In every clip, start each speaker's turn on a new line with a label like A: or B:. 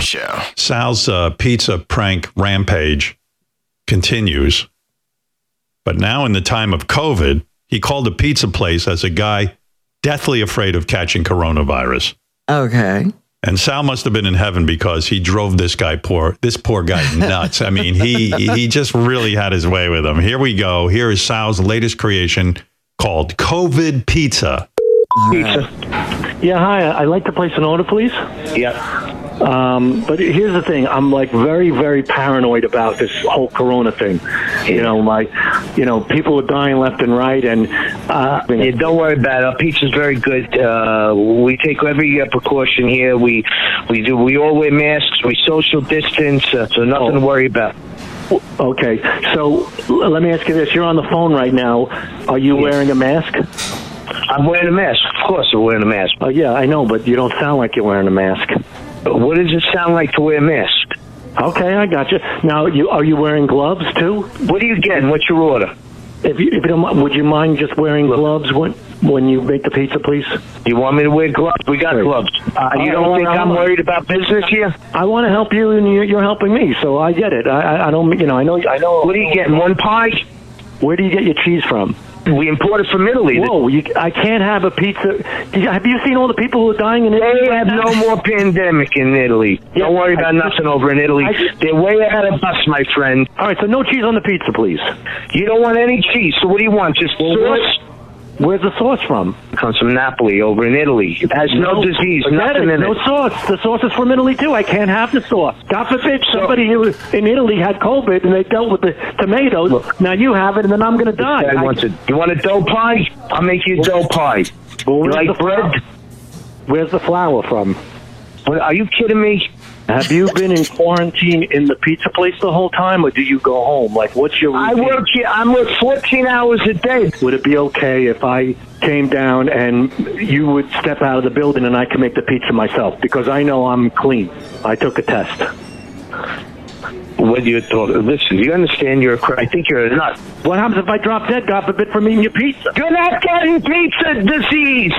A: show.
B: Sal's uh, pizza prank rampage continues. But now, in the time of COVID, he called a pizza place as a guy deathly afraid of catching coronavirus.
C: Okay.
B: And Sal must have been in heaven because he drove this guy poor this poor guy nuts. I mean, he he just really had his way with him. Here we go. Here is Sal's latest creation called COVID Pizza.
D: Yeah, hi. I'd like to place an order, please.
E: Yeah.
D: Um, but here's the thing: I'm like very, very paranoid about this whole Corona thing. You know, like, you know, people are dying left and right, and uh,
E: Yeah, don't worry about it. Our pizza's very good. Uh, we take every uh, precaution here. We we do. We all wear masks. We social distance. Uh, so nothing to
D: Oh.
E: worry about.
D: okay. So l- let me ask you this: You're on the phone right now. Are you wearing a mask?
E: I'm wearing a mask. Of course, I'm wearing a mask.
D: Uh, yeah, I know, but you don't sound like you're wearing a mask.
E: What does it sound like to wear a mask?
D: Okay, I got you. Now, you are you wearing gloves too?
E: What are you getting? What's your order?
D: If you, if you don't, mind- would you mind just wearing gloves when when you make the pizza, please?
E: You want me to wear gloves? We got gloves. Uh, you
D: All
E: don't
D: right,
E: think
D: I'm-
E: I'm worried about business here?
D: I want to help you, and you're, you're helping me, so I get it. I, I, I don't, you know, I know, I know.
E: What are you getting? One pie?
D: Where do you get your cheese from?
E: We import it from Italy.
D: Whoa, you, I can't have a pizza. Do you- Have you seen all the people who are dying in Italy?
E: They
D: right
E: have
D: now?
E: no more pandemic in Italy.
D: Yeah,
E: Don't worry
D: I
E: about
D: just-
E: nothing over in Italy.
D: I just-
E: They're way ahead of us, my friend.
D: All right, so no cheese on the pizza, please.
E: You don't want any cheese, so what do you want? Just
D: what-
E: sauce?
D: Where's the sauce from?
E: comes from Napoli over in Italy. It has no, disease,
D: forget
E: nothing
D: it,
E: in
D: no
E: it.
D: sauce. The sauce is from Italy too. I can't have the sauce. God forbid somebody who was in Italy had COVID and they dealt with the tomatoes. now you have it, and then I'm going to die.
E: I
D: I-
E: want it. You want a dough pie? I'll make you a dough pie.
D: Well,
E: You
D: where's
E: like
D: the-
E: bread?
D: Where's the flour from?
E: What, are you kidding me?
D: Have you been in quarantine in the pizza place the whole time, or do you go home? Like, what's your
E: I
D: routine?
E: work here. I'm work 14 hours a day.
D: Would it be okay if I came down and you would step out of the building and I could make the pizza myself? Because I know I'm clean. I took a test.
E: What do you talk? Listen, you understand? You're. A, cra- I think you're a nut.
D: What happens if I drop dead, God forbid, from eating your pizza?
E: You're not getting pizza disease.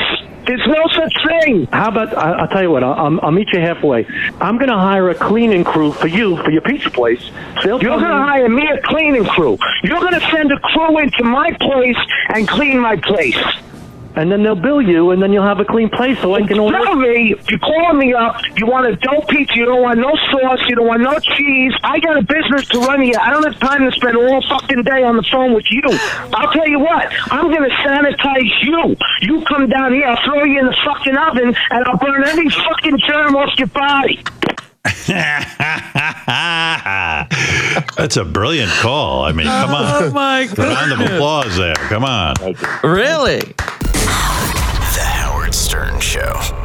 E: There's no such thing.
D: How about, I, I'll tell you what, I'll, I'll, I'll meet you halfway. I'm going to hire a cleaning crew for you, for your pizza place. They'll
E: You're
D: come
E: going to
D: in-
E: hire me a cleaning crew. You're going to send a crew into my place and clean my place.
D: and then they'll bill you, and then you'll have a clean place so I can order.
E: Tell me, you calling me up, you want a dough pizza, you don't want no sauce, you don't want no cheese. I got a business to run here. I don't have time to spend all fucking day on the phone with you. I'll tell you what, I'm gonna sanitize you. You come down here, I'll throw you in the fucking oven, and I'll burn every fucking germ off your body.
B: That's a brilliant call. I mean, come
C: Oh
B: on.
C: my
B: Round of
C: god!
B: applause there. Come on.
C: Really?
A: The Howard Stern Show.